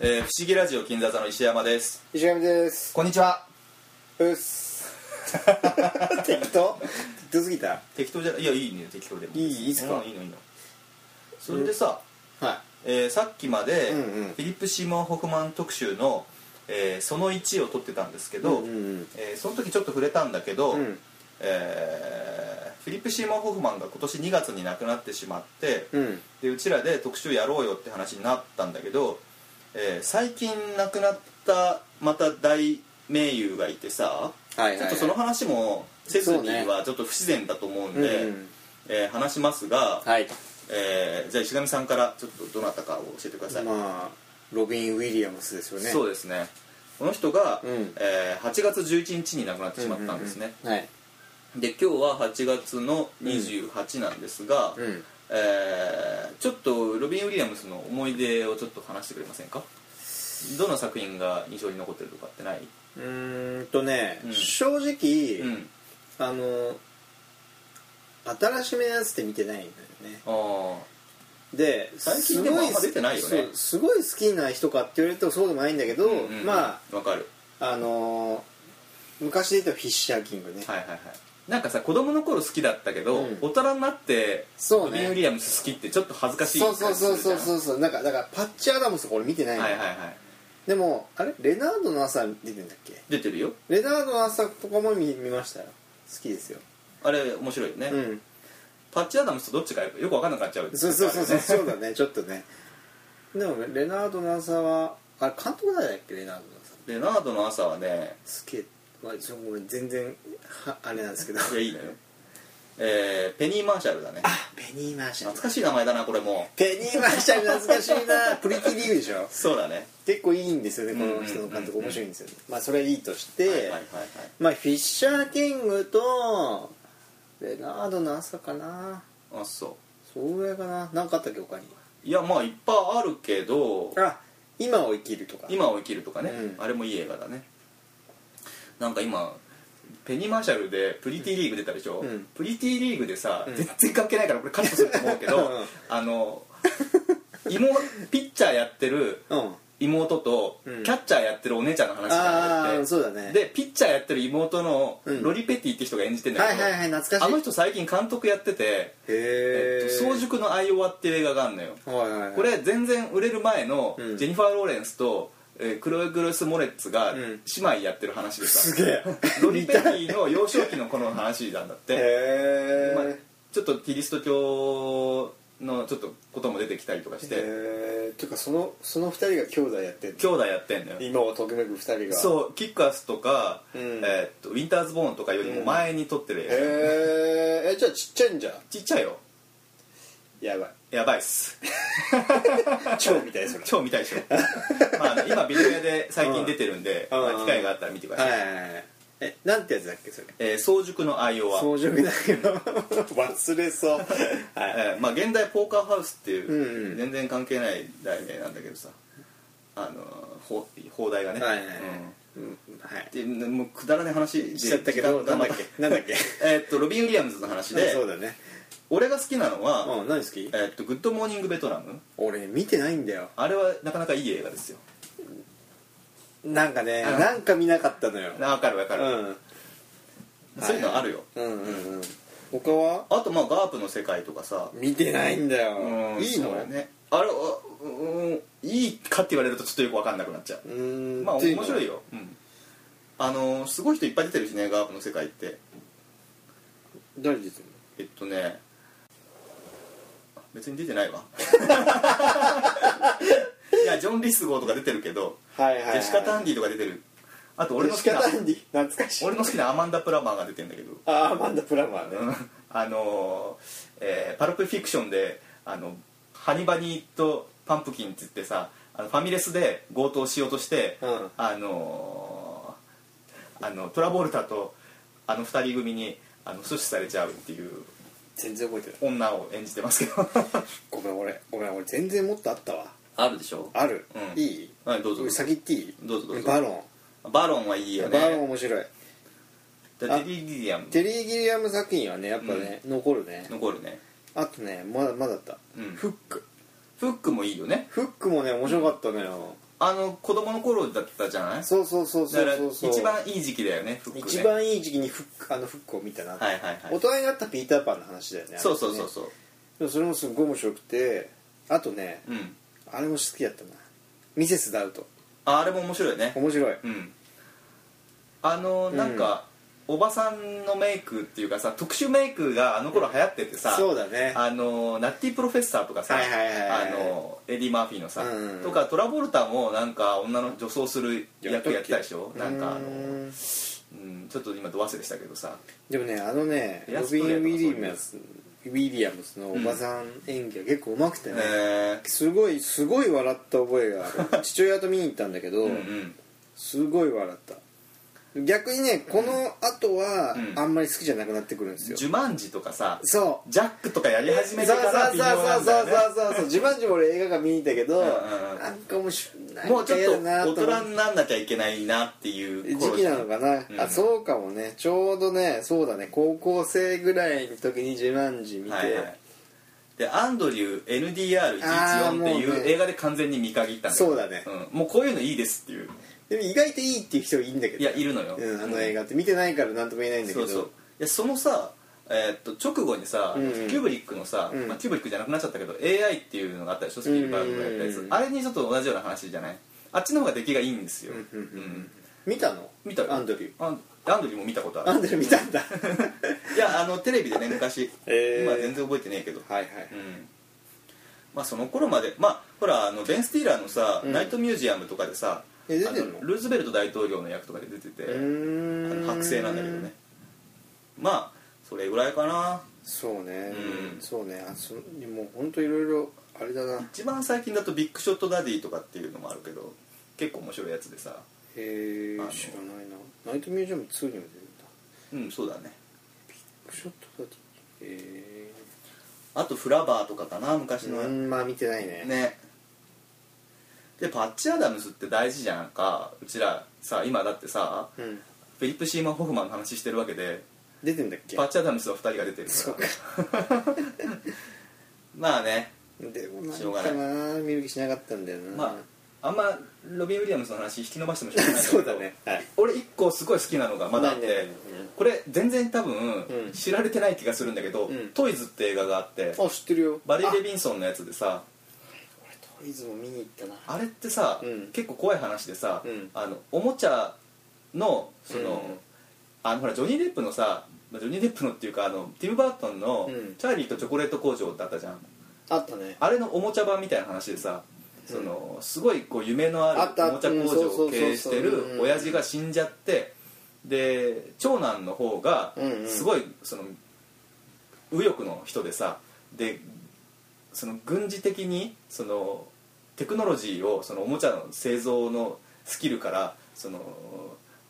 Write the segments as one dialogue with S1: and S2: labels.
S1: えー不思議ラジオ金座座の石山です
S2: 石上です
S1: こんにちは
S2: うっ す適当適当すぎた
S1: 適当じゃないいやいいね適当でも
S2: いいいいっすか
S1: うんいいのいいのそれでさ、
S2: は
S1: えーさっきまで、
S2: うんうん
S1: フィリップ・シーモン・ホフマン特集の、えーその1を撮ってたんですけ
S2: い
S1: ど、
S2: うんうん
S1: えーその時ちょっと触れたんだけど、
S2: うん
S1: えーフィリップ・シーモン・ホフマンが今年2月に亡くなってしまって、
S2: うんうん
S1: でうちらで特集やろうよって話になったんだけど、えー最近亡くなったまた大名優がいてさ、
S2: はいはいはい
S1: ちょっとその話もせずに
S2: そう
S1: はちょっと不自然だと思うんで、
S2: うん
S1: えー話しますが、
S2: はい
S1: えーじゃあ石上さんからちょっとどなたかを教えてください、
S2: まあロビン・ウィリアムスですよね
S1: そううですねこの人が、
S2: うん
S1: えー8月11日に亡くなってしまったんですね、
S2: んはい
S1: で今日は8月の28なんですが、
S2: うん
S1: えーちょっとロビン・ウィリアムスの思い出をちょっと話してくれませんかどの作品が印象に残ってるとかってない、
S2: うーんとね、
S1: うん
S2: 正直、
S1: うん、
S2: あの新しめのやつって見てないんだよね
S1: あー
S2: で
S1: 最近でもあんま出てないよね
S2: そうすごい好きな人かって言われるとそうでもないんだけど、
S1: うんうん
S2: ま
S1: わかる
S2: ああのー昔で言うとフィッシャーキングね、
S1: はいはいはいなんかさ子供の頃好きだったけど、
S2: うん
S1: 大人になって
S2: そう
S1: ロビン・ウィ
S2: ね
S1: リアムス好きってちょっと恥ずかしい
S2: そうそうそうそう
S1: 感じす
S2: そうそうなんかだからパッチ・アダムスこれ見てない
S1: るじゃん
S2: の、
S1: はいはいはい
S2: でもあれレナードの朝出てんだっけ
S1: 出てるよ
S2: レナードの朝とかも見見ましたよ好きですよ
S1: あれ面白いよね、
S2: うん
S1: パッチ・アダムスとどっちかよく分かんなくなっちゃう
S2: そうそうそうそうそうだねちょっとねでもレナードの朝はあれ監督誰だっけレナードの朝
S1: レナードの朝はね
S2: すげえまあちょごめん全然はあれなんですけど
S1: いやいいのよえー、ペニー・マーシャルだね
S2: あペニー・マーシャル
S1: 懐かしい名前だなこれも
S2: ペニー・マーシャル懐かしい なプリティ・リーブでしょ
S1: そうだね
S2: 結構いいんですよねこの人
S1: うんう
S2: の監
S1: んうんう
S2: 督
S1: ん
S2: 面白いんですよねまあそれはいいとして、
S1: はいはいはいはい
S2: まあフィッシャーキングとレナードの朝かな
S1: あそ
S2: そうぐらいかな何かあったっけ他
S1: う
S2: に
S1: いやまあいっぱいあるけど
S2: あ今を生きるとか
S1: 今を生きるとかね、
S2: うん
S1: あれもいい映画だねなんか今ペニーマーシャルでプリティリーグ出たでしょ、
S2: うん
S1: プリティリーグでさ、
S2: ん
S1: 全然関係ないからこれカットすると思うけど、
S2: うん
S1: あの妹ピッチャーやってる
S2: うん
S1: 妹と、
S2: うん
S1: キャッチャーやってるお姉ちゃんの話が
S2: あ
S1: あ
S2: あ
S1: って
S2: そうだね
S1: でピッチャーやってる妹の
S2: うん
S1: ロリペティって人が演じてんだ
S2: は
S1: け
S2: い
S1: ど、
S2: はいはい懐か
S1: あ
S2: しい
S1: の人最近監督やってて「
S2: へ
S1: え
S2: え
S1: っと早熟のアイオワ」っていう映画があるのよ
S2: はいはいはい
S1: これ全然売れる前の
S2: うん
S1: ジェニファー・ローレンスと、えークロエ・グロス・モレッツが
S2: うん
S1: 姉妹やってる話でさ
S2: す、 げえ
S1: ロリペティの幼少期の頃の話なんだって、
S2: へ
S1: まあ
S2: え
S1: ちょっとキリスト教のちょっとことも出てきたりとかして
S2: へえていうかそのその二人が兄弟やってんの
S1: 兄弟やってんのよ
S2: 今をときめく二人がう
S1: そうキックアスとか、
S2: うん
S1: えーっとウィンターズ・ボーンとかよりも前に撮ってる映画、
S2: へーえじゃあちっちゃいんじゃん
S1: ちっちゃいよ
S2: やばい
S1: やばいっす
S2: 超みたいそれ
S1: 超見たい でしょまああの今ビデオ屋で最近出てるんで、
S2: うん
S1: まあ機会があったら見てくだ
S2: は
S1: さい、
S2: いはいはいはいえなんてやつだっけそれ
S1: えー早熟のアイオワ
S2: 装飾だけど忘れそうはい
S1: えーまあ、現代ポーカーハウスっていう、
S2: うんうん
S1: 全然関係ない題名なんだけどさあのーほ放題がね、
S2: はいはいはい
S1: うん
S2: うんはい
S1: でもうくだらない話で
S2: しちゃったけど
S1: 時間が
S2: なんだっけなんだっけ
S1: えーっとロビン・ウィリアムズの話で
S2: そうだね
S1: 俺が好きなのは、
S2: うん何好き
S1: えーっと「グッド・モーニング・ベトナム
S2: 俺見てないんだよ」
S1: あれはなかなかいい映画ですよ
S2: なんかね
S1: うん
S2: なんか見なかったのよ
S1: わかるわか
S2: う
S1: る、
S2: ん
S1: そういうのあるよ、
S2: うんうんうん他は
S1: あとまあガープの世界とかさ、
S2: 見てないんだ
S1: う
S2: よ
S1: ん
S2: いいの
S1: そうだねあれはうんいいかって言われるとちょっとよくわかんなくなっちゃう
S2: うーん
S1: まあ
S2: ってうの
S1: 面白いよ、うん、あのーすごい人いっぱい出てるしねガープの世界って
S2: 誰出てる
S1: えっとね別に出てないわ いやジョン・リスゴーとか出てるけど、
S2: のはいはいはい
S1: ジェシカ・タンディとか出てるあと俺の好き
S2: ジェシ
S1: な
S2: カタンディ懐かしい
S1: 俺の好きなアマンダ・プラマーが出てんだけど
S2: あアマンダ・プラマーね
S1: うんあのーえーパルプフィクションであのハニバニとパンプキンって言ってさあのファミレスで強盗しようとして、
S2: うん
S1: あのーあのトラボルタとあの二人組にあの阻止されちゃうっていう
S2: 全然覚えてない
S1: 女を演じてますけど
S2: ごめん俺ごめん俺全然もっとあったわ
S1: あるでしょ
S2: ある
S1: うん
S2: いい
S1: はいどうぞ
S2: 俺先言っていい
S1: どうぞどうぞ
S2: バロン
S1: バロンはいいよね
S2: バロン面白い
S1: デ
S2: あ
S1: リー・ギリアム
S2: テリー・ギリアム作品はねやっぱね残るね
S1: 残るね
S2: あとねまだまだあった
S1: うん
S2: フック
S1: フックもいいよね
S2: フックもね面白かったのよ
S1: ああの子供の頃だったじゃない
S2: そうそうそうそ
S1: だから
S2: うそう
S1: 一番いい時期だよねフックね
S2: 一番いい時期にフックあのフックを見たなって、
S1: はいはいはい
S2: 大人になったピーターパンの話だよね
S1: そうそうそう
S2: う
S1: そう
S2: でもそれもすごい面白くてあとね、
S1: うん
S2: あれも好きやったなミセス・ダウト
S1: ああれも面白いよね
S2: 面白い
S1: うんあのなんか、おばさんのメイクっていうかさ特殊メイクがあの頃流行っててさ、
S2: そうだね
S1: あのナッティプロフェッサーとかさ、
S2: はいはいはいはい
S1: あのエディ・マーフィーのさ、
S2: うん
S1: とかトラボルタもなんか女の女装する役やってたでしょなんかあの、
S2: う
S1: う
S2: ーん
S1: ん、ちょっと今ど忘れしたけどさ
S2: でもねあのね
S1: イラ
S2: ロ
S1: ストレ
S2: ビ
S1: ー
S2: ン・
S1: ターとか
S2: ウ
S1: そういう
S2: ィリアムスウィリアムスのおばさん演技が結構うまくてね、
S1: え
S2: すごいすごい笑った覚えが ある父親と見に行ったんだけ
S1: ー、
S2: ど、
S1: うんうん
S2: すごい笑った逆にねこの後は
S1: うん
S2: あんまり好きじゃなくなってくるんです
S1: ジ
S2: よ、
S1: ュマンジとかさ
S2: そう
S1: ジャックとかやり
S2: そ
S1: 始
S2: う
S1: めて
S2: そう
S1: から微妙なんだよね
S2: そうそうそうそうそう自慢自も俺映画館見に行ったけ
S1: ん
S2: ど
S1: うんうん
S2: なんか面白いなんか
S1: もうちょっ
S2: 嫌だな
S1: と大
S2: 思
S1: 人になんなきゃいけないなっていう
S2: 時
S1: 頃
S2: 期
S1: じゃ
S2: なんのかな、
S1: うん
S2: あそうかもねちょうどねそうだね高校生ぐらいの時に自慢自見て、
S1: はいはいでアンドリュー NDR114 ってい
S2: あーもう
S1: う
S2: ね
S1: 映画で完全に見限ったんけど
S2: そうだね
S1: ん、もうこういうのいいですっていう
S2: でも意外といいっていう人いいんだけど
S1: いやいるのよ、
S2: うん、あの映画って見てないから何とも言えないんだけ
S1: そ
S2: ど
S1: うそういやそのさえーっと直後にさ、
S2: うん
S1: キューブリックのさ、
S2: うん
S1: まあ、キューブリックじゃなくなっちゃったけど AI っていうのがあったでしょスピルバーグがやったやつ、
S2: うん
S1: あれにちょっと同じような話じゃないあっちの方が出来がいいんですよ、
S2: うんうんうん見たの
S1: 見たよ
S2: アンドリュー
S1: アンアンドリューも見たことある
S2: アンドリュー見た んだ
S1: いやあのテレビでね昔、
S2: えー
S1: 今全然覚えてねえけど、
S2: はいはい、
S1: うんまあその頃までまあほらあのベン・スティーラーのさ、
S2: うん
S1: ナイトミュージアムとかでさ
S2: え出てんの
S1: あルーズベルト大統領の役とかで出てて、
S2: う
S1: あ
S2: ーん
S1: の剥製なんだけどねまあそれぐらいかな
S2: そうね、
S1: うん
S2: そうねあそもう本当いろいろあれだなへ
S1: 一番最近だとビッグショットダディとかっていうのもあるけど結構面白いやつでさ
S2: え
S1: あの
S2: 知らないなナイトミュージアム2にも出るんだ
S1: うんそうだね
S2: ビッグショットだとへ
S1: あとフラバーとかかな昔
S2: え
S1: の
S2: うんまあ見てないね
S1: ねでパッチ・アダムスって大事じゃんかうちらさ今だってさ
S2: うん
S1: フィリップ・シーマン・ホフマンの話してるわけで
S2: 出てんだっけ
S1: パッチ・アダムスは2人が出てる
S2: そ
S1: か
S2: う
S1: ら
S2: か
S1: まあね
S2: でも
S1: しょう
S2: な
S1: が
S2: ん
S1: ない
S2: かな見る気しなかったんだよな、
S1: まああんまロビン・ウィリアムスの話引き伸ばしてもしょうがないんけど
S2: そうだねはい
S1: 俺1個すごい好きなのがまだあって、
S2: 何々
S1: これ全然多
S2: うん
S1: 分知られてない気がするんだけど「
S2: うん
S1: トイズ」って映画があって
S2: あ知ってるよ
S1: バリー・
S2: あ
S1: レビンソンのやつでさ
S2: 俺トイズも見に行ったな
S1: あれってさ、
S2: うん
S1: 結構怖い話でさ、
S2: うん
S1: あのおもちゃのその、
S2: うん
S1: あのほらジョニー・デップのさジョニー・デップのっていうかあのティム・バートンの
S2: うん
S1: 「チャーリーとチョコレート工場」だったじゃん、
S2: あったね
S1: あれのおもちゃ版みたいな話でさそのすごいこう夢の
S2: あ
S1: あ
S2: っ
S1: る
S2: た
S1: おもちゃ工場を経営して
S2: うんそうそうそうそう
S1: る
S2: うん
S1: 親父が死んじゃってで長男の方が
S2: うんうん
S1: すごいその右翼の人でさでその軍事的にそのテクノロジーをそのおもちゃの製造のスキルからその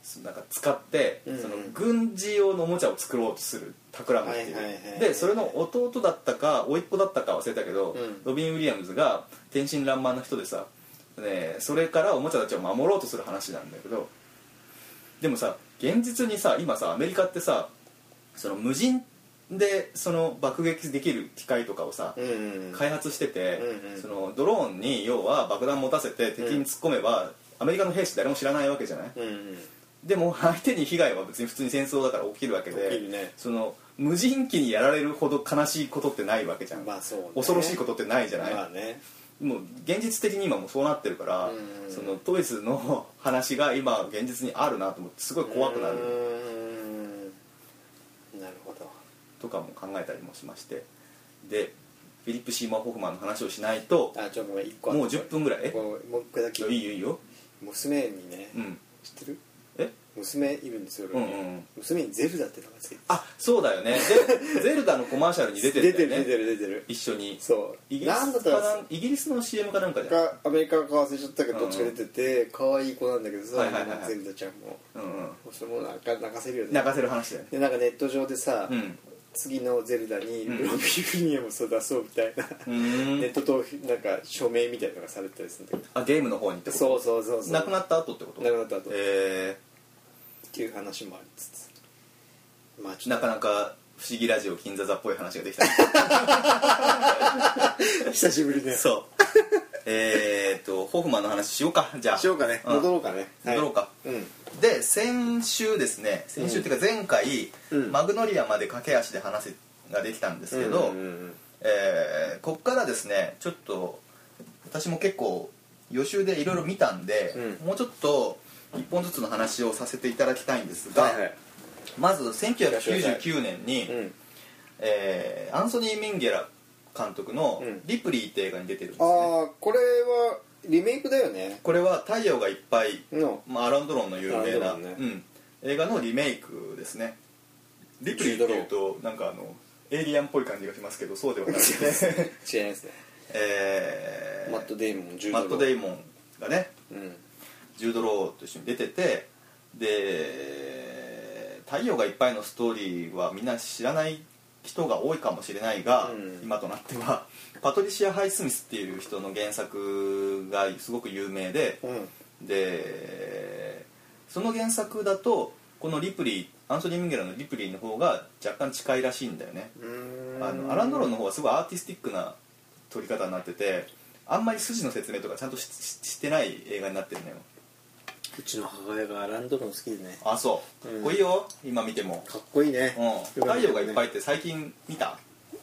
S1: そなんか使って
S2: うんうん
S1: その軍事用のおもちゃを作ろうとする企むっていう
S2: はいはいはいはい
S1: でそれの弟だったか甥っ子だったか忘れたけど、
S2: うん
S1: ロビン・ウィリアムズが天真爛漫な人でさ、ね、それからおもちゃたちを守ろうとする話なんだけどでもさ現実にさ今さアメリカってさその無人でその爆撃できる機械とかをさ、
S2: うんうんうん
S1: 開発してて、
S2: うんうん
S1: そのドローンに要は爆弾持たせて敵に突っ込めば、アメリカの兵士誰も知らないわけじゃない、
S2: うんうん
S1: でも相手に被害は別に普通に戦争だから起きるわけで
S2: 起きるね
S1: その無人機にやられるほど悲しいことってないわけじゃん、
S2: まあそうね
S1: 恐ろしいことってないじゃない、
S2: まあね
S1: もう現実的に今もうそうなってるから、
S2: うん
S1: そのトイズの話が今現実にあるなと思ってすごい怖くな
S2: う
S1: る
S2: ーんなるほど
S1: とかも考えたりもしましてでフィリップ・シーマン・ホフマンの話をしないと
S2: あちょっとごめん1個
S1: もう10分ぐらいえ
S2: もうもう一個だ
S1: い
S2: け
S1: やいいよいいよ
S2: 娘にね、
S1: うん
S2: 知ってる
S1: え
S2: 娘いるんですよ、俺に
S1: うんうんうん
S2: 娘にゼルダって名前つけて
S1: あそうだよね でゼルダのコマーシャルに出てるんだよね
S2: 出てる出てる
S1: 一緒に
S2: そう
S1: イギリ
S2: なんだ
S1: ス
S2: った
S1: からなんイギリスの CM かなんかじゃない
S2: かアメリカか忘れちゃったけど
S1: うん
S2: どっちか出てて可愛い子なんだけどさ、
S1: はいはいはいはい
S2: ゼルダちゃんも
S1: うんうん
S2: それもなんか泣かせるよね
S1: 泣かせる話だよね
S2: でなんかネット上でさ、
S1: うん
S2: 次のゼルダに
S1: ん
S2: ロビー・ウィリアムスを出そうみたいな、
S1: うーん
S2: ネット投票なんか署名みたいなのがされてたりするんだけ
S1: あゲームの方にって
S2: ど
S1: こと
S2: そうそうそうそう
S1: 亡くなった後ってこと
S2: 亡くなった後
S1: え
S2: っていう話もありつつまあ
S1: ー、
S2: ちょ
S1: な
S2: っ
S1: かなか不思議ラジオ 金座座っぽい話ができた
S2: と久しぶりね
S1: そうえーっとホフマンの話しようかじゃあ
S2: しようかね
S1: ん
S2: 戻ろうかねはい
S1: 戻ろうか
S2: うん
S1: で先週ですね先週っていうか前回、
S2: うん
S1: マグノリアまで駆け足で話せができたんですけど、
S2: うんうんうん
S1: えーこっからですねちょっと私も結構予習でいろいろ見たんで、
S2: うん
S1: もうちょっと一本ずつの話をさせていただきたいんですが、
S2: はいはい
S1: まず1999年に、
S2: うん
S1: えーアンソニー・ミンゲラ監督の
S2: うん
S1: 「リプリー」って映画に出てるんです
S2: あ
S1: ね、
S2: あこれはリメイクだよね
S1: これは「太陽がいっぱい」
S2: の
S1: まあ、アランドロンの有名
S2: ア
S1: な、
S2: ランドロン
S1: うん、映画のリメイクですねリプリーっていうとなんかあのエイリアンっぽい感じがしますけどそうではなく て
S2: 違いますね
S1: えー
S2: マット・デイモン10
S1: マットデイモンがね
S2: うん
S1: ジュード・ローと一緒に出ててで「太陽がいっぱい」のストーリーはみんな知らない人が多いかもしれないが、
S2: うん
S1: 今となってはパトリシア・ハイ・スミスっていう人の原作がすごく有名で、
S2: うん
S1: でその原作だとこのリプリーアンソニー・ミンゲラのリプリーの方が若干近いらしいんだよねあのアラン・ドロンの方はすごいアーティスティックな撮り方になっててあんまり筋の説明とかちゃんとしししてない映画になってるのよ
S2: うちの母親がアランドロン好きでね
S1: あそう、
S2: うん
S1: これいいよ今見ても、
S2: かっこいいね
S1: うん、
S2: よか
S1: 太
S2: た
S1: 陽がいっぱいって最近見た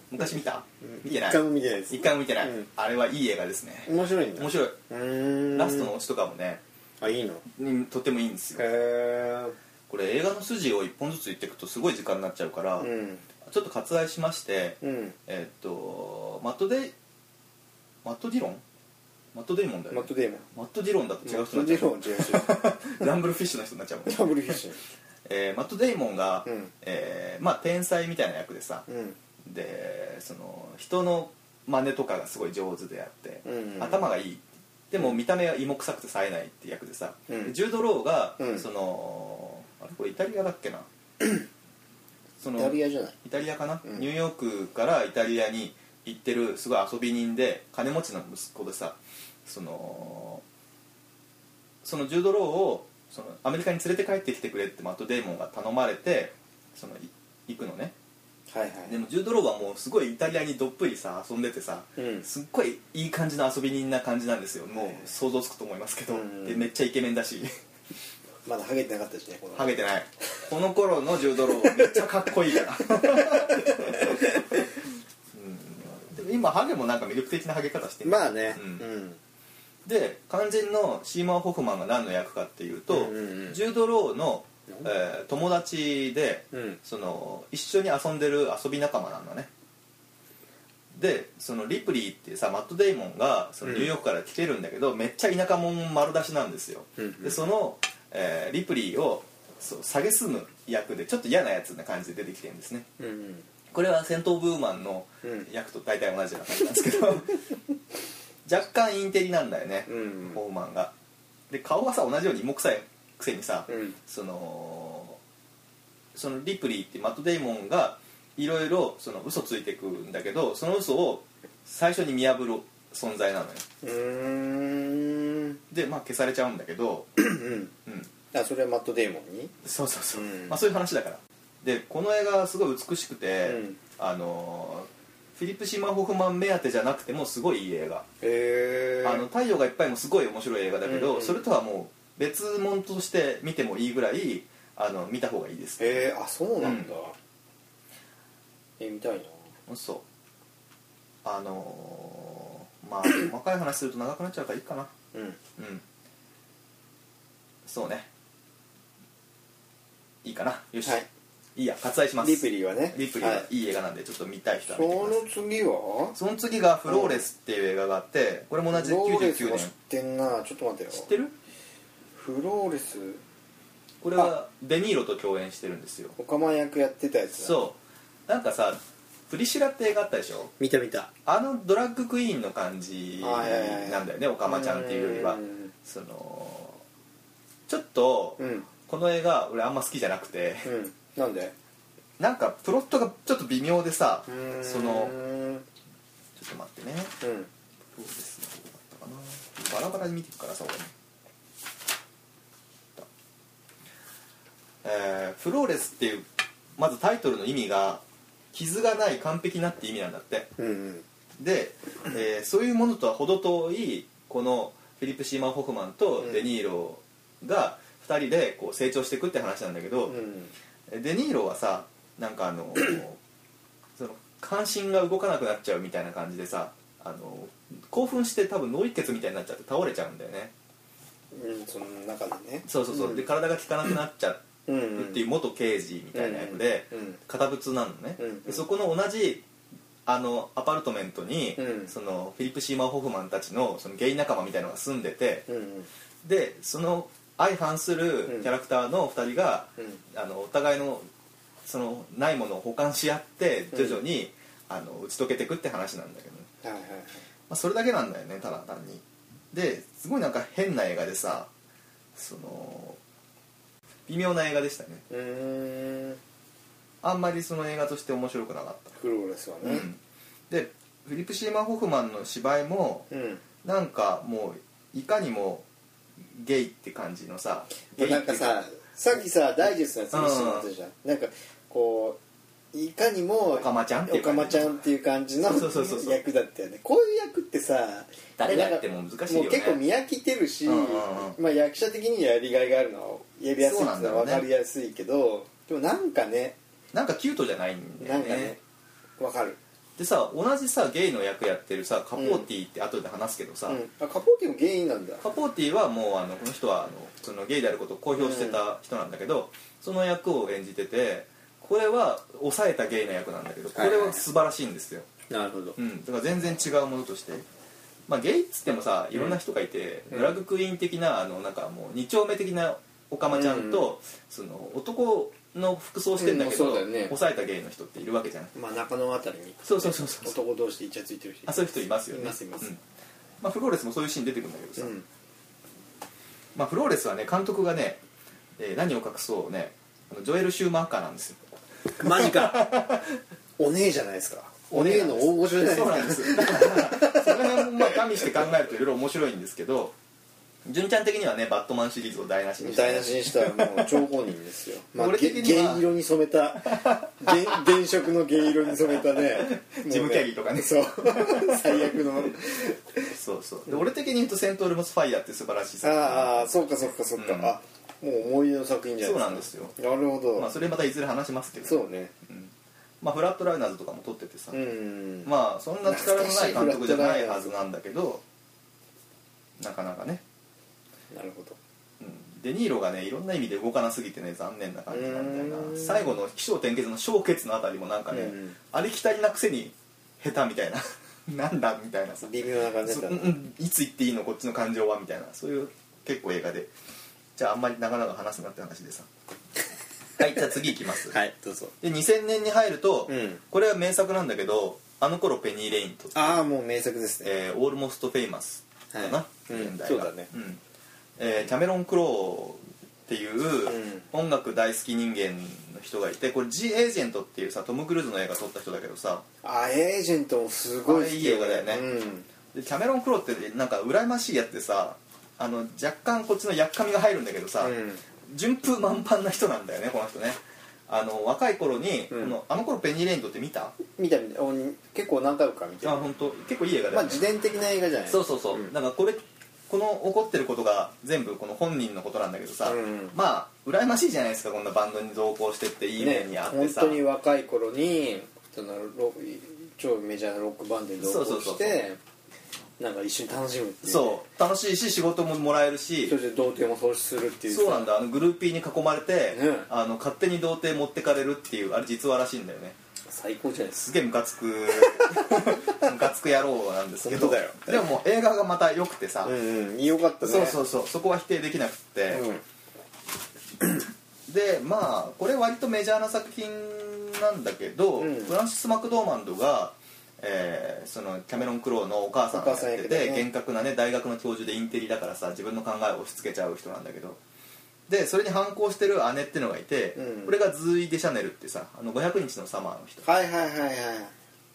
S1: 昔見た、見てない
S2: 一回も見てないです
S1: 一回も見てない、
S2: うん
S1: あれはいい映画ですね
S2: 面白いんだ
S1: 面白いう
S2: ーん
S1: ラストのオチとかもね、
S2: あいいのへ
S1: うんとってもいいんですよ
S2: え
S1: これ映画の筋を一本ずつ言っていくとすごい時間になっちゃうから、
S2: うん
S1: ちょっと割愛しまして、
S2: うん
S1: えーっとマットデイマットディロンマットデイモンだよね
S2: マット・デイモン
S1: マットディロンだと違
S2: マ
S1: う人
S2: ット・
S1: にな
S2: デ
S1: っ
S2: イ
S1: ちゃ
S2: モン違う違
S1: うランブルフィッシュの人になっちゃうもん
S2: うダブルフィッシュ
S1: えーマット・デイモンが、
S2: うん
S1: えーまあ、天才みたいな役でさ、
S2: うん
S1: でその人の真似とかがすごい上手であって、
S2: うん
S1: 頭がいいでも見た目は芋臭くて冴えないって役でさ、
S2: うん
S1: ジュード・ローが、
S2: うん
S1: そのあれこれイタリアだっけ なそ
S2: イ
S1: の
S2: タリアじゃない
S1: イタリアかな、
S2: うん
S1: ニューヨークからイタリアに行ってるすごい遊び人で金持ちの息子でさそのそのジュード・ローをそのアメリカに連れて帰ってきてくれってマット・デイモンが頼まれてそのい行くのね
S2: はいは
S1: でもジュード・ローはもうすごいイタリアにどっぷりさ遊んでてさ
S2: うん
S1: すっごいいい感じの遊び人な感じなんですよもう想像つくと思いますけど、
S2: うん
S1: でめっちゃイケメンだし
S2: まだハゲてなかったしねこの
S1: ハゲてないこの頃のジュード・ローめっちゃかっこいいからでも今ハゲもなんか魅力的なハゲ方してる、
S2: まあね
S1: う
S2: うんん
S1: で肝心のシーマン・ホフマンが何の役かっていうと、
S2: うんうんうん
S1: ジュード・ローの、
S2: うん
S1: えー友達で
S2: うん
S1: その一緒に遊んでる遊び仲間なんだねでそのリプリーっていうさマット・デイモンがそのニューヨークから来てるんだけど、めっちゃ田舎者丸出しなんですよ、
S2: うんうん
S1: でその、えーリプリーをそう下げすむ役でちょっと嫌なやつな感じで出てきてるんですね
S2: うんうん
S1: これは戦闘ブーマンの
S2: うん
S1: 役と大体同じような感じなんですけど 若干インテリなんだよね、
S2: うん
S1: ホーマンがで顔がさ同じように芋臭いくせにさ、
S2: うん
S1: そのそのリプリーってマット・デイモンがいろいろその嘘ついてくんだけどその嘘を最初に見破る存在なのよ
S2: うーん
S1: でまあ消されちゃうんだけど、
S2: うん
S1: うん、
S2: あそれはマット・デイモンに
S1: そうそうそう、
S2: うん
S1: まあ、そういう話だからでこの映画はすごい美しくて、
S2: うん
S1: あのーフィリップ・シーマン・ホフマン目当てじゃなくてもすごいいい映画「
S2: へえ
S1: あの太陽がいっぱい」もすごい面白い映画だけど、
S2: うんうん
S1: それとはもう別物として見てもいいぐらいあの見た方がいいです
S2: へえあそうなんだえ見たいな
S1: そうあのー まあ細かい話すると長くなっちゃうからいいかな
S2: うん
S1: うんそうねいいかなよし、
S2: はい
S1: いいや割愛します
S2: リプリーはね
S1: リプリー
S2: は
S1: はいいい映画なんでちょっと見たい人は
S2: そ
S1: 見てくださ
S2: の
S1: い
S2: 次は
S1: その次が「フローレス」っていう映画があってこれも同
S2: フ
S1: じ
S2: ローレス
S1: 99
S2: も知っ
S1: 年
S2: てんなちょっと待って
S1: 知
S2: よ
S1: ってる
S2: フローレス
S1: これはデニーロと共演してるんですよ
S2: オカマン役やってたやつだ
S1: そうなんかさ「プリシュラ」って映画あったでしょ
S2: 見た見た
S1: あのドラッグクイーンの感じなんだよねおかまちゃんっていうよりは
S2: うん
S1: そのちょっと
S2: うん
S1: この映画俺あんま好きじゃなくて
S2: うんなんで
S1: なんかプロットがちょっと微妙でさ
S2: うーん
S1: そのちょっと待ってね
S2: うん
S1: どうですねどうだったかなバラバラに見ていくからさ俺えーフローレスっていうまずタイトルの意味が傷がない完璧なって意味なんだって
S2: うんうん
S1: で、えーそういうものとは程遠いこのフィリップ・シーマン・ホフマンと
S2: うん
S1: デ・ニーロが2人でこう成長していくって話なんだけど、
S2: うん
S1: デ・ニーロはさなんかあの その関心が動かなくなっちゃうみたいな感じでさあの興奮して多分脳一血みたいになっちゃって倒れちゃうんだよね
S2: うんその中でね
S1: そうそうそう、
S2: うん
S1: で体が効かなくなっちゃ
S2: うん
S1: うっていう元刑事みたいな役で、
S2: うん
S1: 堅物なのね、
S2: うんうん
S1: でそこの同じあのアパートメントに、
S2: うん
S1: そのフィリップ・シーマー・ホフマンたちのそのゲイ仲間みたいのが住んでて
S2: うんうん
S1: でその相反するキャラクターの2人が、
S2: うん
S1: あのお互いのそのないものを補完し合って徐々に、あの打ち解けてくって話なんだけど、ね
S2: はいはいはい
S1: まあ、それだけなんだよねただ単にですごいなんか変な映画でさその微妙な映画でしたね
S2: うーん
S1: あんまりその映画として面白くなかった
S2: フローレスはね
S1: でフィリップ・シーマン・ホフマンの芝居も
S2: うん
S1: なんかもういかにもゲイって感じのさゲイってい
S2: な
S1: うん
S2: かささっきさダイジェストのやつ見せてもらったじゃんなんかこういかにも
S1: オカマちゃんって
S2: お
S1: いう
S2: か
S1: 感じ
S2: まちゃんっていう感じの
S1: そうそうそうそう
S2: 役だったよねこういう役ってさ
S1: 誰がやっても難しいよね
S2: なんかもう結構見飽きてるし、
S1: うんうんうん
S2: まあ、役者的にやりがいがあるのはやりやすいっていうの
S1: そ
S2: は
S1: うなんだよね
S2: 分かりやすいけど、でもなんかね
S1: なんかキュートじゃないんだ
S2: な
S1: よ
S2: んか
S1: ね
S2: ね分かる、
S1: でさ同じさゲイの役やってるさカポーティって後で話すけどさ、
S2: うん、あカポーティも原因なんだ
S1: カポーティはもうあのこの人はあのそのゲイであることを公表してた人なんだけど、その役を演じててこれは抑えたゲイの役なんだけどこれは素晴らしいんですよ、
S2: なるほど
S1: うん、だから全然違うものとしてまあゲイっつってもさいろんな人がいて、
S2: うん
S1: ドラッグクイーン的なあのなんかもう二丁目的なオカマちゃんと、その男の服装してんだけど、
S2: うんそうだよね
S1: 抑えたゲイの人っているわけじゃん
S2: まあ中野あたりに
S1: そうそうそうそう
S2: 男同士でイチャついてるし
S1: あそういう人いますよね
S2: いますいます
S1: うんまあ、フローレスもそういうシーン出てくるんだけどさ、
S2: うん
S1: まあ、フローレスはね監督がね、えー何を隠そうねあのジョエル・シューマッカーなんですよ
S2: マジかお姉じゃないですかお姉の大御所じゃないです
S1: そう
S2: か
S1: なんですだからその辺もまあ加味して考えるといろいろ面白いんですけど純ちゃん的にはねバットマンシリーズを台無しにして
S2: 台無しにしたらもう超本人ですよ、まあ、
S1: 俺
S2: げ
S1: 的には
S2: 原色に染めた原原色の原色に染めたね もうね
S1: ジムキャリーとかね
S2: そう最悪の
S1: そうそうで俺的に言うと「セント・オルモス・ファイヤー」って素晴らしい作品
S2: ああそうかそうかそうか、
S1: うん
S2: あもう思い出の作品じゃないですか
S1: そ
S2: なるほど、
S1: まあ、それまたいずれ話しますけど
S2: そうね
S1: うんまあ、フラットライナーズとかも撮っててさ、
S2: うん
S1: まあそんな力のない監督じゃないはずなんだけどなかなかね、
S2: なるほど
S1: うん、デ・ニーロがねいろんな意味で動かなすぎてね残念な感じなんだよ
S2: う
S1: な
S2: ーん
S1: 最後の起承転結の小結のあたりもなんかね、
S2: うん
S1: ありきたりなくせに下手みたいな なんだみたいなさ
S2: 微妙な感じ
S1: そ
S2: だ
S1: う
S2: った
S1: ん
S2: ね
S1: うんいつ言っていいのこっちの感情はみたいなそういう結構映画でじゃああんまりなかなか話すなって話 でさはいじゃあ次いきます、
S2: はいどうぞ
S1: で2000年に入ると、
S2: うん
S1: これは名作なんだけどあの頃ペニー・レインと
S2: ああもう名作ですね、
S1: えー、オールモストフェイマスかな、
S2: はいうん
S1: 現代が
S2: そうだね
S1: んえーキャメロン・クローっていう
S2: うん
S1: 音楽大好き人間の人がいてこれ「G エージェント」っていうさトム・クルーズの映画撮った人だけどさ
S2: あエージェントもすごい好き
S1: あれいい映画だよね
S2: うん
S1: でキャメロン・クローってなんか羨ましいやつでさあの若干こっちのやっかみが入るんだけどさ、
S2: うん
S1: 順風満帆な人なんだよねこの人ねあの若い頃に、
S2: うん
S1: このあの頃ペニー・レイントって見た
S2: 見た見たおに結構何回か見て
S1: あ
S2: る
S1: 本当結構いい映画だよね、
S2: まあ自伝的な映画じゃない
S1: そうそうそう、
S2: うん
S1: だからこれこの起こってることが全部この本人のことなんだけどさ、
S2: うん
S1: まあ羨ましいじゃないですかこんなバンドに同行してっていい面にあってさ、
S2: ね、本当に若い頃にそのロ超メジャーなロックバンドに同行して
S1: そうそうそうそ
S2: なんか一緒に楽しむっていうね、
S1: そう楽しいし仕事ももらえるし
S2: それで童貞も喪失するっていう
S1: そうなんだあのグルーピーに囲まれて、
S2: ね
S1: あの勝手に童貞持ってかれるっていうあれ実話らしいんだよね
S2: 最高じゃないです
S1: すげえムカつ くムカつく野郎なんですけど
S2: 本当だよ
S1: でももう映画がまた良くてさ
S2: か、うんうんよかったね
S1: そうそううそうそこは否定できなくって、
S2: ん
S1: でまあこれ割とメジャーな作品なんだけど、
S2: うん
S1: フランシス・マクドーマンドが、えーそのキャメロン・クロウのお母さんをやっ
S2: お母さんやってて
S1: て、
S2: ね
S1: 厳格なね大学の教授でインテリだからさ自分の考えを押し付けちゃう人なんだけどでそれに反抗してる姉ってのがいて、
S2: うん
S1: これがズーイ・デ・シャネルってさあの500日のサマーの人
S2: はいはいはいはい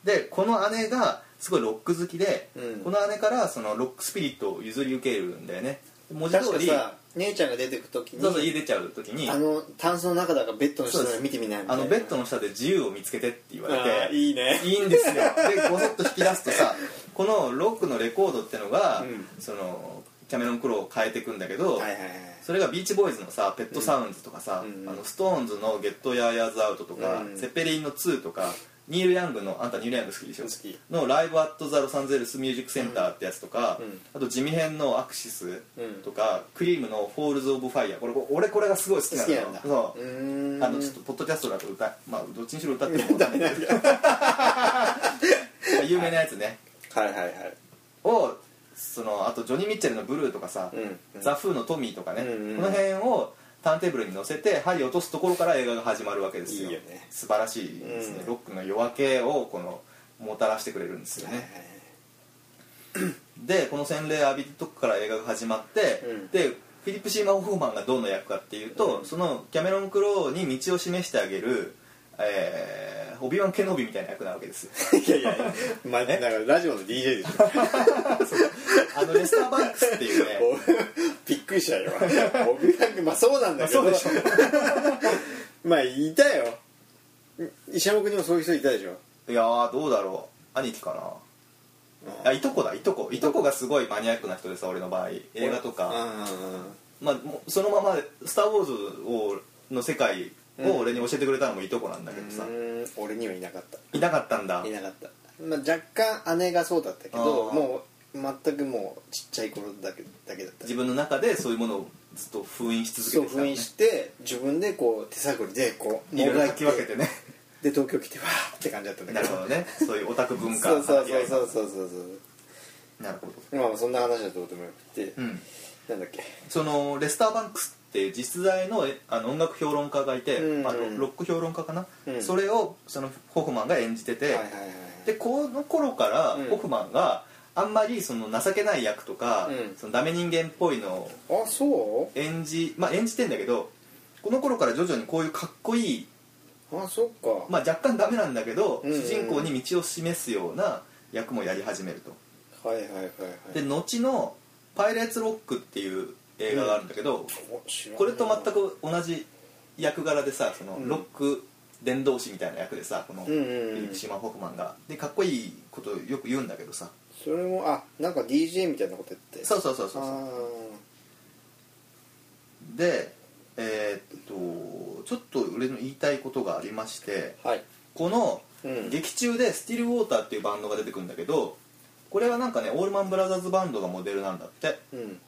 S1: でこの姉がすごいロック好きで、
S2: うん
S1: この姉からそのロックスピリットを譲り受けるんだよね文字
S2: 確
S1: 通
S2: か
S1: り
S2: さ姉ちゃんが出てく時に
S1: そうそう家出ちゃう時に
S2: あのタンスの中だからベッドの下で見てみないみた
S1: あ
S2: いな
S1: のベッドの下で自由を見つけてって言われ
S2: あー
S1: て
S2: いいね
S1: いいんですよでごそっと引き出すとさこのロックのレコードってのが、
S2: うん
S1: そのキャメロン・クロウを変えていくんだけど、
S2: はいはいはい
S1: それがビーチボーイズのさ「ペットサウンズ」とかさ、
S2: うん
S1: あのストーンズの「ゲット・ヤー・ヤーズ・アウト」とか、
S2: うん
S1: セッペリンの「2」とかニール・ヤングのあんたニール・ヤング好きでしょ
S2: 好き
S1: の「ライブ・アット・ザ・ロサンゼルス・ミュージック・センター」ってやつとか、
S2: うん
S1: あと地味編の「アクシス」とか、クリームの「フォールズ・オブ・ファイヤー」これこ俺これがすごい好き
S2: 好
S1: な
S2: き
S1: の
S2: なんだ
S1: そう
S2: うーん
S1: あのちょっとポッドキャストだと歌まあどっちにしろ歌っても
S2: ダメなんだ
S1: 有名なやつね
S2: はいはいはい
S1: をそのあとジョニー・ミッチェルの「ブルー」とかさ、
S2: うん
S1: ザ・フーのトミーとかね、
S2: うんうん
S1: この辺をターンテーブルに乗せて針を落とすところから映画が始まるわけですよ
S2: いいよね
S1: 素晴らしいですね、
S2: うん
S1: ロックの夜明けをこのもたらしてくれるんですよ
S2: はいは
S1: ね
S2: い、
S1: でこの洗礼浴びるとこから映画が始まって、
S2: うん
S1: でフィリップ・シーマン・ホフマンがどうの役かっていうと、
S2: うん
S1: そのキャメロン・クロウに道を示してあげる、えー、オビワン・ケノビみたいな役なわけですよ
S2: いやいやいやまあだからラジオの DJ でしょ
S1: あのレスター・バンクスっていうね
S2: おびっくりしたよオビワン君まあ そうなんだけど
S1: まあそう
S2: まあいたよん石山君にもそういう人いたでしょ
S1: いやーどうだろう兄貴かなあいとこだいとこいとこがすごいマニアックな人でさ俺の場合映画とか、まあ、もうそのまま「スター・ウォーズを」の世界を俺に教えてくれたのもいとこなんだけどさ、
S2: うん俺にはいなかった
S1: いなかったんだ
S2: いなかった、まあ、若干姉がそうだったけど
S1: あー
S2: もう全くもうちっちゃい頃だけだけだった
S1: 自分の中でそういうものをずっと封印し続け
S2: そう
S1: てきたの
S2: 封印して自分でこう手探りでこう
S1: いろいろ
S2: も
S1: 書
S2: が
S1: き分けてね
S2: で東京来てわーって感じだったんだ
S1: な
S2: け
S1: る
S2: ど
S1: ほどねそういうオタク文化
S2: そうそうそうそううそうそうそう
S1: なるほど
S2: まあそんな話はどうでもよくて、
S1: うん
S2: なんだっけ
S1: そのレスター・バンクスって実在のえあの音楽評論家がいて、
S2: うん
S1: まあ、ロロック評論家かな、
S2: うん
S1: それをそのホフマンが演じてて、
S2: はいはいはい
S1: でこの頃から
S2: うん
S1: ホフマンがあんまりその情けない役とか、
S2: うん
S1: そのダメ人間っぽいのを
S2: あそ
S1: 演じまあ演じてんだけどこの頃から徐々にこういうかっこいい、
S2: うあそっか、
S1: まあ、若干ダメなんだけど、
S2: うんうん
S1: 主人公に道を示すような役もやり始めると
S2: はいはいはいはい
S1: で後の「パイレーツ・ロック」っていう映画があるんだけど、
S2: お知らない
S1: これと全く同じ役柄でさその
S2: うん
S1: ロック伝道師みたいな役でさこの
S2: う
S1: フ
S2: んうん
S1: ィ
S2: うん
S1: リップ・シーマン・ホフマンがでかっこいいことをよく言うんだけどさ
S2: それもあなんか DJ みたいなことやって
S1: そうそうそうそうそう
S2: あ
S1: でえーっとちょっと俺の言いたいことがありまして
S2: ーはい
S1: この
S2: うん
S1: 劇中でスティルウォーターっていうバンドが出てくるんだけどこれはなんかねオールマンブラザーズバンドがモデルなんだって
S2: うん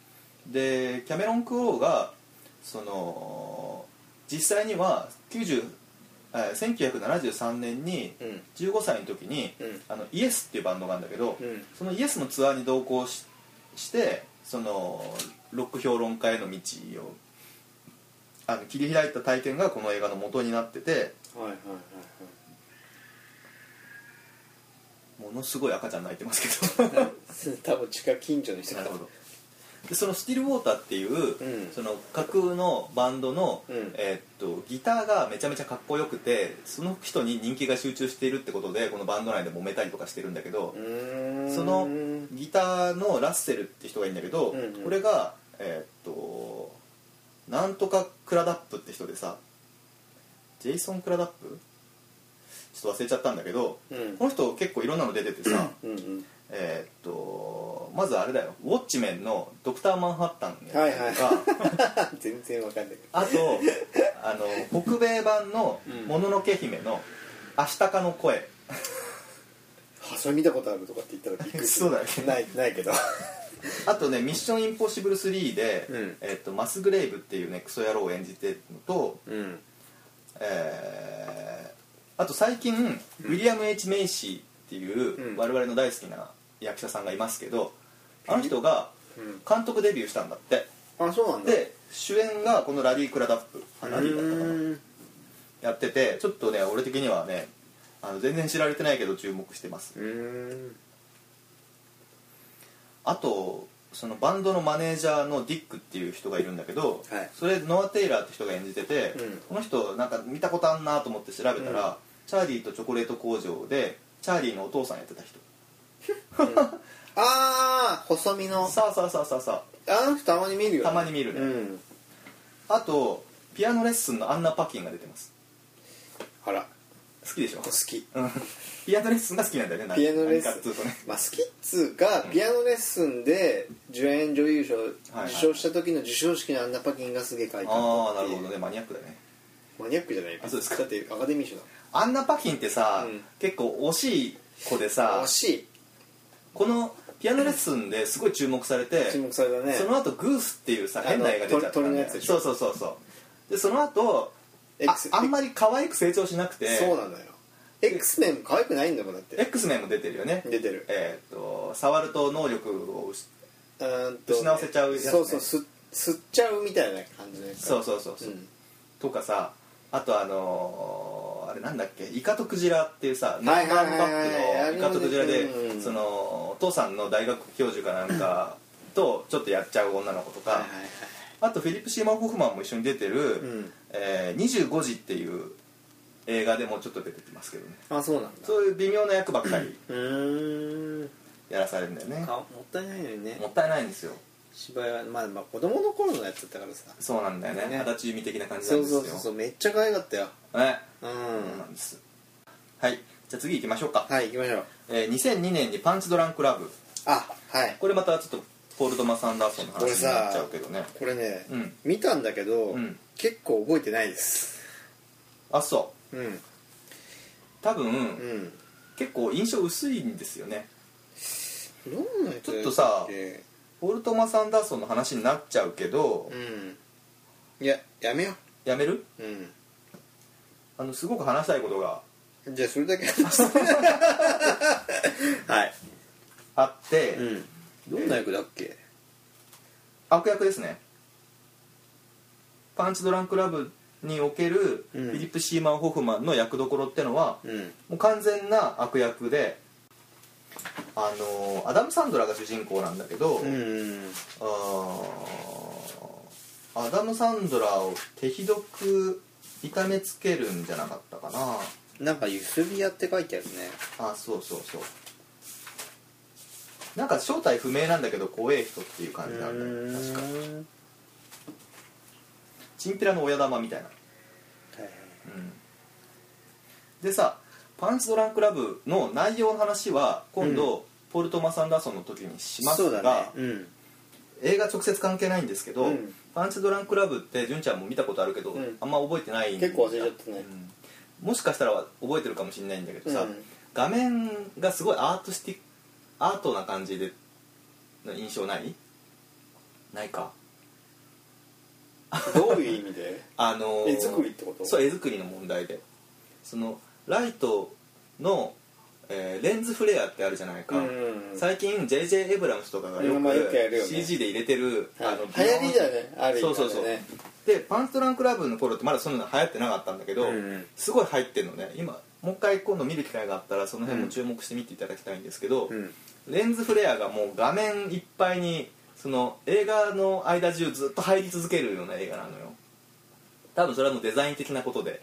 S1: でキャメロン・クロウがその実際には90えー1973年に
S2: うん
S1: 15歳の時に、
S2: うん
S1: あのイエスっていうバンドがあるんだけど、
S2: うん
S1: そのイエスのツアーに同行ししてそのロック評論家への道をあの切り開いた体験がこの映画の元になってて
S2: はいはいはいはい
S1: ものすごい赤ちゃん泣いてますけど
S2: 多分近近所の人
S1: な
S2: だ
S1: るほどでそのスティルウォーターっていう、
S2: うん
S1: その架空のバンドの、
S2: うん
S1: えーっとギターがめちゃめちゃかっこよくてその人に人気が集中しているってことでこのバンド内で揉めたりとかしてるんだけど
S2: う、ーん
S1: そのギターのラッセルって人がいるんだけど、
S2: うんうん
S1: これがえーっとなんとかクラダップって人でさジェイソン・クラダップちょっと忘れちゃったんだけど
S2: うん
S1: この人結構いろんなの出ててさ
S2: うんうん
S1: えーっとまずあれだよウォッチメンの「ドクター・マンハッタン」のやつとか、
S2: 全然わ かんないけ
S1: あとあの北米版の
S2: うん
S1: 「もののけ姫」の「アシタカの声
S2: どそれ見たことあるとかって言ったらびっくりする
S1: そうだよね
S2: ないない けど」
S1: あとね「ミッション・インポッシブル3で」
S2: うん
S1: えーっとマスグレイブっていうねクソ野郎を演じてるのと、
S2: うん
S1: えーあと最近、ウィリアム・ H ・メイシーっていう、
S2: うん
S1: 我々の大好きな役者さんがいますけどあの人が
S2: うん
S1: 監督デビューしたんだって
S2: あそうなんだ
S1: で主演がこのラリー・クラダップ
S2: う
S1: ラリーだったかな
S2: ーん
S1: やっててちょっとね俺的にはねあの全然知られてないけど注目してます
S2: うーん
S1: あとそのバンドのマネージャーのディックっていう人がいるんだけど、
S2: はい
S1: それノア・テイラーって人が演じてて、
S2: うん
S1: この人なんか見たことあんなと思って調べたら、
S2: うん
S1: チャーリーとチョコレート工場でチャーリーのお父さんやってた人
S2: ああ細身の
S1: さあさあさあさあさ
S2: あの人たまに見るよね
S1: あたまに見るね、
S2: うん
S1: あとピアノレッスンのアンナ・パキンが出てます
S2: あら
S1: 好きでしょ
S2: 好き
S1: うんピアノレッスンが好きなんだよね
S2: ピアノレ
S1: 何
S2: ッスン
S1: かっつうとね
S2: まあ、スキッツがピアノレッスンで助演女優賞
S1: はいはい
S2: 受賞した時の授賞式のアンナ・パキンがすげえ書いて
S1: ああ
S2: っ
S1: な
S2: たっ
S1: る
S2: ていう
S1: ほどねマニアックだね
S2: マニアックじゃない
S1: あそうですか
S2: だってアカデミー賞だ
S1: アンナ・パキンってさ、
S2: うん
S1: 結構惜しい子でさ
S2: 惜し
S1: このピアノレッスンですごい注目されて
S2: い注目されたね
S1: その後グースっていうさ変な映画出ちゃったん
S2: あの鳥鳥の
S1: だ
S2: や
S1: よ
S2: つでし
S1: そ
S2: ょ
S1: うそうそうそうでその後あ
S2: X-
S1: あんまり可愛く成長しなくて
S2: そうなのよ X メン可愛くないんだもんだって
S1: X メンも出てるよね
S2: 出てる
S1: えーっと触ると能力を失
S2: うーんと
S1: 失わせちゃうやつね
S2: そうそうす吸っちゃうみたいな感じのやつ
S1: そうそうそうそう、
S2: ん
S1: とかさあとあのーあれなんだっけイカとクジラっていうさナ
S2: は
S1: ン
S2: い
S1: バ
S2: は
S1: ー
S2: い
S1: パ
S2: は
S1: ック
S2: い
S1: のイカとクジラで、
S2: うん
S1: そのお父さんの大学教授かなんかとちょっとやっちゃう女の子とか、
S2: はいはい
S1: あとフィリップ・シーマン・ホフマンも一緒に出てる「
S2: うん
S1: えー25時」っていう映画でもちょっと出てきますけどね
S2: はいあそうなんだ
S1: そういう微妙な役ばっかり
S2: うーん
S1: やらされるんだよね
S2: あもったいないのにね
S1: もったいないんですよ
S2: 芝居はまあまあ子供の頃のやつだったからさ
S1: そうなんだよね
S2: ね
S1: 二十歳海的な感じな
S2: そ
S1: ん
S2: う
S1: です
S2: そ
S1: よ
S2: うそうそうめっちゃ可愛かったよ
S1: ね
S2: うん
S1: そうなんですはいじゃあ次行きましょうか、
S2: はい行きましょう
S1: えー2002年に「パンチドランクラブ
S2: あはい」
S1: これまたちょっとポール・トマス・アンダーソンの話になっちゃうけどね
S2: これね、
S1: うん
S2: 見たんだけど、
S1: うん
S2: 結構覚えてないです
S1: あそ
S2: うん
S1: う多分、
S2: うん
S1: 結構印象薄いんですよね
S2: どんなやつ
S1: ちょっとさ
S2: だけ
S1: ポール・トマス・アンダーソンの話になっちゃうけど、
S2: うんいややめよ
S1: やめる
S2: うう
S1: あのすごく話したいことが
S2: んじゃあそれだ けはい、
S1: あって、
S2: うん、どんな役だっけ
S1: 悪役ですねパンチドランクラブにおけるフ
S2: うん
S1: ィリップ・シーマン・ホフマンの役どころってのは、
S2: うん
S1: もう完全な悪役であのアダム・サンドラーが主人公なんだけど、
S2: うん
S1: あーアダム・サンドラーを手ひどく痛めつけるんじゃなかったかな
S2: なんか「ゆすび屋」って書いてあるね
S1: あそうそうそうなんか正体不明なんだけど怖え人っていう感じなんだよ確か
S2: うん
S1: チンピラの親玉みたいな
S2: はいはい
S1: うんでさパンチドランクラブの内容の話は今度、ポール・トマス・アンダーソンの時にしま
S2: そ
S1: す
S2: う
S1: が、
S2: だねうん
S1: 映画直接関係ないんですけど、
S2: うん
S1: パンチドランクラブって純ちゃんも見たことあるけど、
S2: うん
S1: あんま覚えてないんだ
S2: 結構忘れちゃったね
S1: うんもしかしたら覚えてるかもしれないんだけどさ、
S2: うん
S1: 画面がすごいアートスティックアートな感じでの印象ないないか
S2: どういう意味 で
S1: あのー
S2: 絵作りってこと
S1: そう絵作りの問題でそのライトの、えーレンズフレアってあるじゃないか、
S2: うん
S1: 最近 JJ エブラムスとかがよ
S2: うんまあよくやる
S1: く
S2: よね
S1: CG で入れてる、
S2: はい
S1: の
S2: 流行りだねある意味
S1: そうそうそう
S2: あれね
S1: でパンストランクラブの頃ってまだそんなの流行ってなかったんだけど、
S2: うんうん
S1: すごい入ってるのね今もう一回今度見る機会があったらその辺も注目して見ていただきたいんですけど、
S2: うん
S1: レンズフレアがもう画面いっぱいにその映画の間中ずっと入り続けるような映画なのよ多分それはもうデザイン的なことで、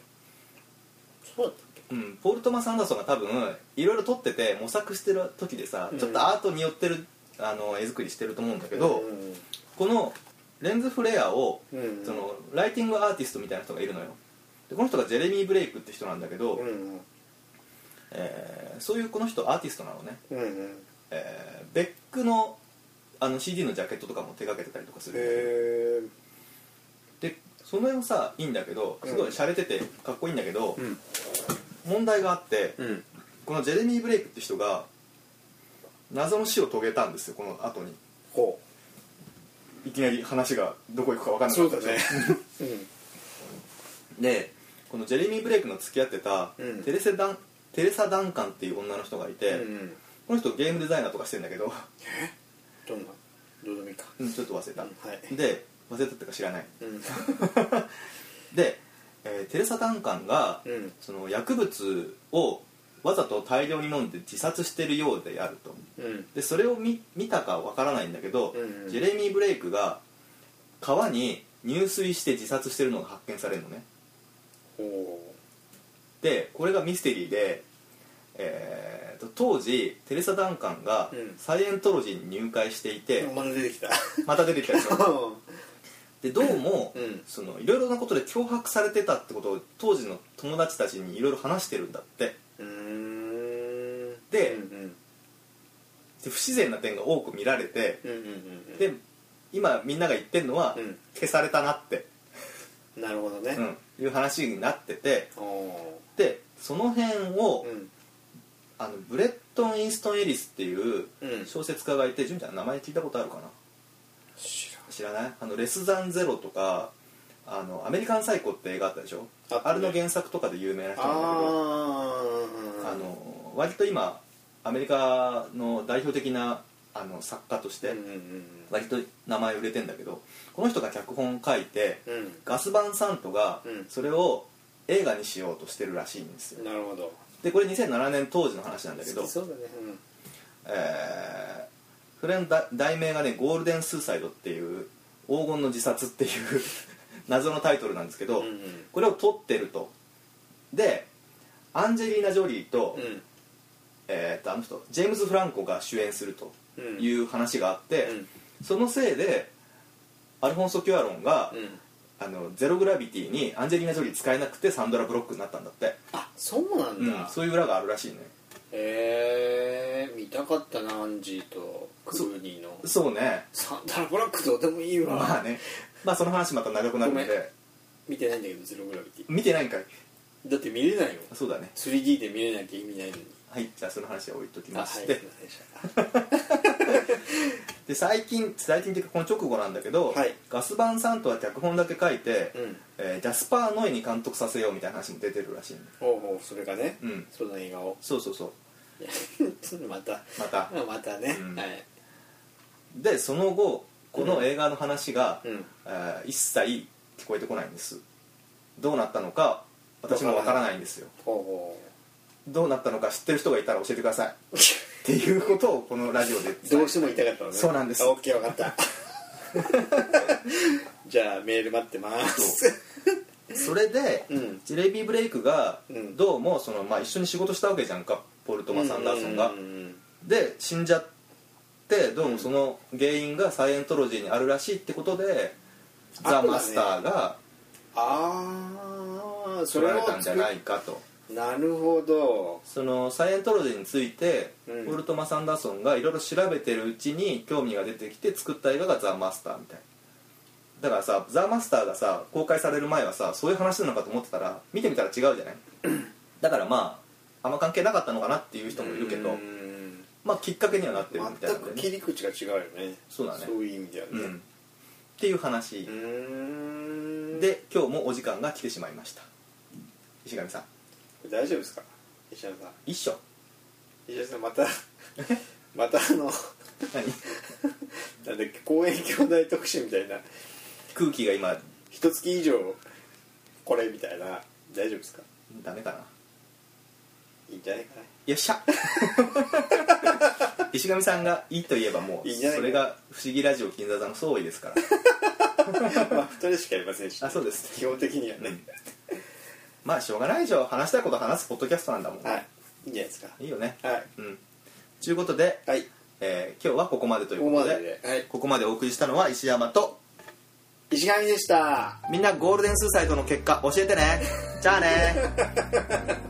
S2: そうだったっけ
S1: うん、ポール・トマス・アンダーソンが多分いろいろ撮ってて模索してる時でさ、
S2: うん
S1: ちょっとアートに寄ってるあの絵作りしてると思うんだけど、このレンズフレアを、
S2: うん
S1: そのライティングアーティストみたいな人がいるのよでこの人がジェレミー・ブレイクって人なんだけど、
S2: うん
S1: えーそういうこの人アーティストなのね、
S2: うんうん
S1: えーベックのあの CD のジャケットとかも手掛けてたりとかするんだけど
S2: へえ
S1: でその辺はさいいんだけどすごい洒落ててかっこいいんだけど、
S2: うん
S1: 問題があって、
S2: うん
S1: このジェレミー・ブレイクって人が謎の死を遂げたんですよこの後に
S2: ほ
S1: いきなり話がどこ行くか分かん
S2: う
S1: なか
S2: そ
S1: っ
S2: う
S1: た
S2: だ
S1: でしょ
S2: ねうん
S1: でこのジェレミー・ブレイクの付き合ってた、
S2: うん
S1: テレセダンテレサ・ダンカンっていう女の人がいて、
S2: うん
S1: この人ゲームデザイナーとかしてんだけど、
S2: どんなどうでもいいか
S1: うん、 ちょっと忘れた、
S2: うんはい
S1: で忘れたってか知らない
S2: うん
S1: で、えーテレサ・ダンカンが、
S2: うん
S1: その薬物をわざと大量に飲んで自殺してるようであると
S2: うん
S1: でそれを見見たかわからないんだけど、
S2: うんうん
S1: ジェレミー・ブレイクが川に入水して自殺してるのが発見されるのね
S2: ほ
S1: でこれがミステリーで、えーと当時テレサ・ダンカンが
S2: うん
S1: サイエントロジーに入会していうて、
S2: また出てきた、
S1: また出てきたでしょでどうも、
S2: うん
S1: そのいろいろなことで脅迫されてたってことを当時の友達たちにいろいろ話してるんだって
S2: うーん
S1: で
S2: うんうん
S1: で不自然な点が多く見られて
S2: うんうんうんうん
S1: で今みんなが言ってるのは、
S2: うん
S1: 消されたなって、
S2: なるほどね
S1: うんいう話になってて
S2: お
S1: でその辺を、
S2: ーうん
S1: あのブレットン・インストン・エリスっていう
S2: うん
S1: 小説家がいて純ちゃん名前聞いたことあるかな知らないあの「レス・ザン・ゼロ」とかあの「アメリカン・サイコ」って映画あったでしょ
S2: あったね
S1: あれの原作とかで有名な人なんだけど
S2: あー
S1: あの割と今アメリカの代表的なあの作家とし
S2: うん
S1: て
S2: うんうん
S1: 割と名前売れてんだけどこの人が脚本書いて
S2: うん
S1: ガス・バン・サントが
S2: うん
S1: それを映画にしようとしてるらしいんですよ
S2: なるほど
S1: でこれ2007年当時の話なんだけど
S2: 好きそうだねうん
S1: えーそれのだ題名がね「ゴールデン・スーサイド」っていう黄金の自殺っていう謎のタイトルなんですけど、
S2: うんうん
S1: これを撮ってるとでアンジェリーナ・ジョリーと,、
S2: うん
S1: えーっとあの人ジェームズ・フランコが主演すると
S2: うん
S1: いう話があって、
S2: うん
S1: そのせいでアルフォンソ・キュアロンが、
S2: うん
S1: あのゼログラビティにアンジェリーナ・ジョリー使えなくてサンドラ・ブロックになったんだって、
S2: あそうなん
S1: う
S2: だ、
S1: んそういう裏があるらしいね
S2: へえ見たかったなアンジーとクルーニーの
S1: そうね
S2: サンダラブラックどうでもいいわ、
S1: まあねまあその話また長くなるん
S2: ごめん
S1: で
S2: 見てないんだけどゼログラビティ
S1: 見てないんかい
S2: だって見れないよ
S1: そうだね
S2: 3D で見れなきゃ意味ないのに
S1: はいじゃあその話は置いとき
S2: あ
S1: ま
S2: は
S1: し
S2: い
S1: て、
S2: すいませんでした
S1: で最近最近っていうかこの直後なんだけど、
S2: はい
S1: ガスバンさんとは脚本だけ書いて、
S2: うん
S1: えージャスパー・ノイに監督させようみたいな話も出てるらしいんだ
S2: ほうほうそれがね、
S1: うん
S2: その映画を
S1: そうそうそう
S2: また
S1: また
S2: またね、
S1: うん
S2: はい
S1: でその後この映画の話が、
S2: うん
S1: えー一切聞こえてこないんですどうなったのか私もわからないんですよ
S2: ほうほ
S1: どうなったのか知ってる人がいたら教えてくださいっ
S2: う
S1: ていうことをこのラジオで
S2: どうしても言いたかったのね
S1: そうなんです
S2: あ OK 分かった じゃあメール待ってます
S1: それで、
S2: うん
S1: ジェレビー・ブレイクが
S2: うん
S1: どうもその、まあ、一緒に仕事したわけじゃんかポルトマ・サンダーソンが、
S2: うんうんうん
S1: で死んじゃってどうもその原因がサイエントロジーにあるらしいってことで、
S2: あ
S1: ザ・
S2: そうだね
S1: マスターが
S2: ああそ
S1: 取
S2: れ
S1: ら
S2: を
S1: れたんじゃないいかと
S2: なるほど
S1: そのサイエントロジーについて、
S2: うん
S1: ポルトマ・サンダーソンがいろいろ調べてるうちに興味が出てきて作った映画がザ・マスターみたいなだからさザ・マスターがさ公開される前はさそういう話なのかと思ってたら見てみたら違うじゃ ないだからまああんま関係なかったのかなっていう人もいるけど、
S2: うん
S1: まあきっかけにはなってるみたい
S2: 全
S1: なんで
S2: く
S1: ね
S2: 切り口が違うよね
S1: そうだね
S2: そういう意味ではね
S1: うん、っていう話
S2: うーん
S1: で今日もお時間が来てしまいました石上さん
S2: 大丈夫ですか石原さん
S1: 一緒
S2: 石原さんまた またあの
S1: 何
S2: なんだっけ公園兄弟特集みたいな
S1: 空気が今
S2: 一月以上これみたいな大丈夫ですか
S1: ダメかない
S2: いんじゃないかな
S1: よっ しゃ石上さんが「いい」と言えばもう
S2: いいんじゃない
S1: それが「不思議ラジオ金座座」の総意ですから
S2: ま あ、2人しかいませんし、
S1: あそうです
S2: 基本的にはね、
S1: まあしょうがないでしょ話したいこと話すポッドキャストなんだもん、
S2: はいいいんじゃないですか
S1: い、いよね
S2: はい
S1: うんということで、
S2: はい
S1: えー今日はここまでとい
S2: こ
S1: う
S2: こ
S1: こ
S2: ま
S1: と
S2: で
S1: で
S2: で、はい、
S1: ここまでお送りしたのは石山と
S2: 石上でした
S1: みんなゴールデンスーサイドの結果教えてねじゃあね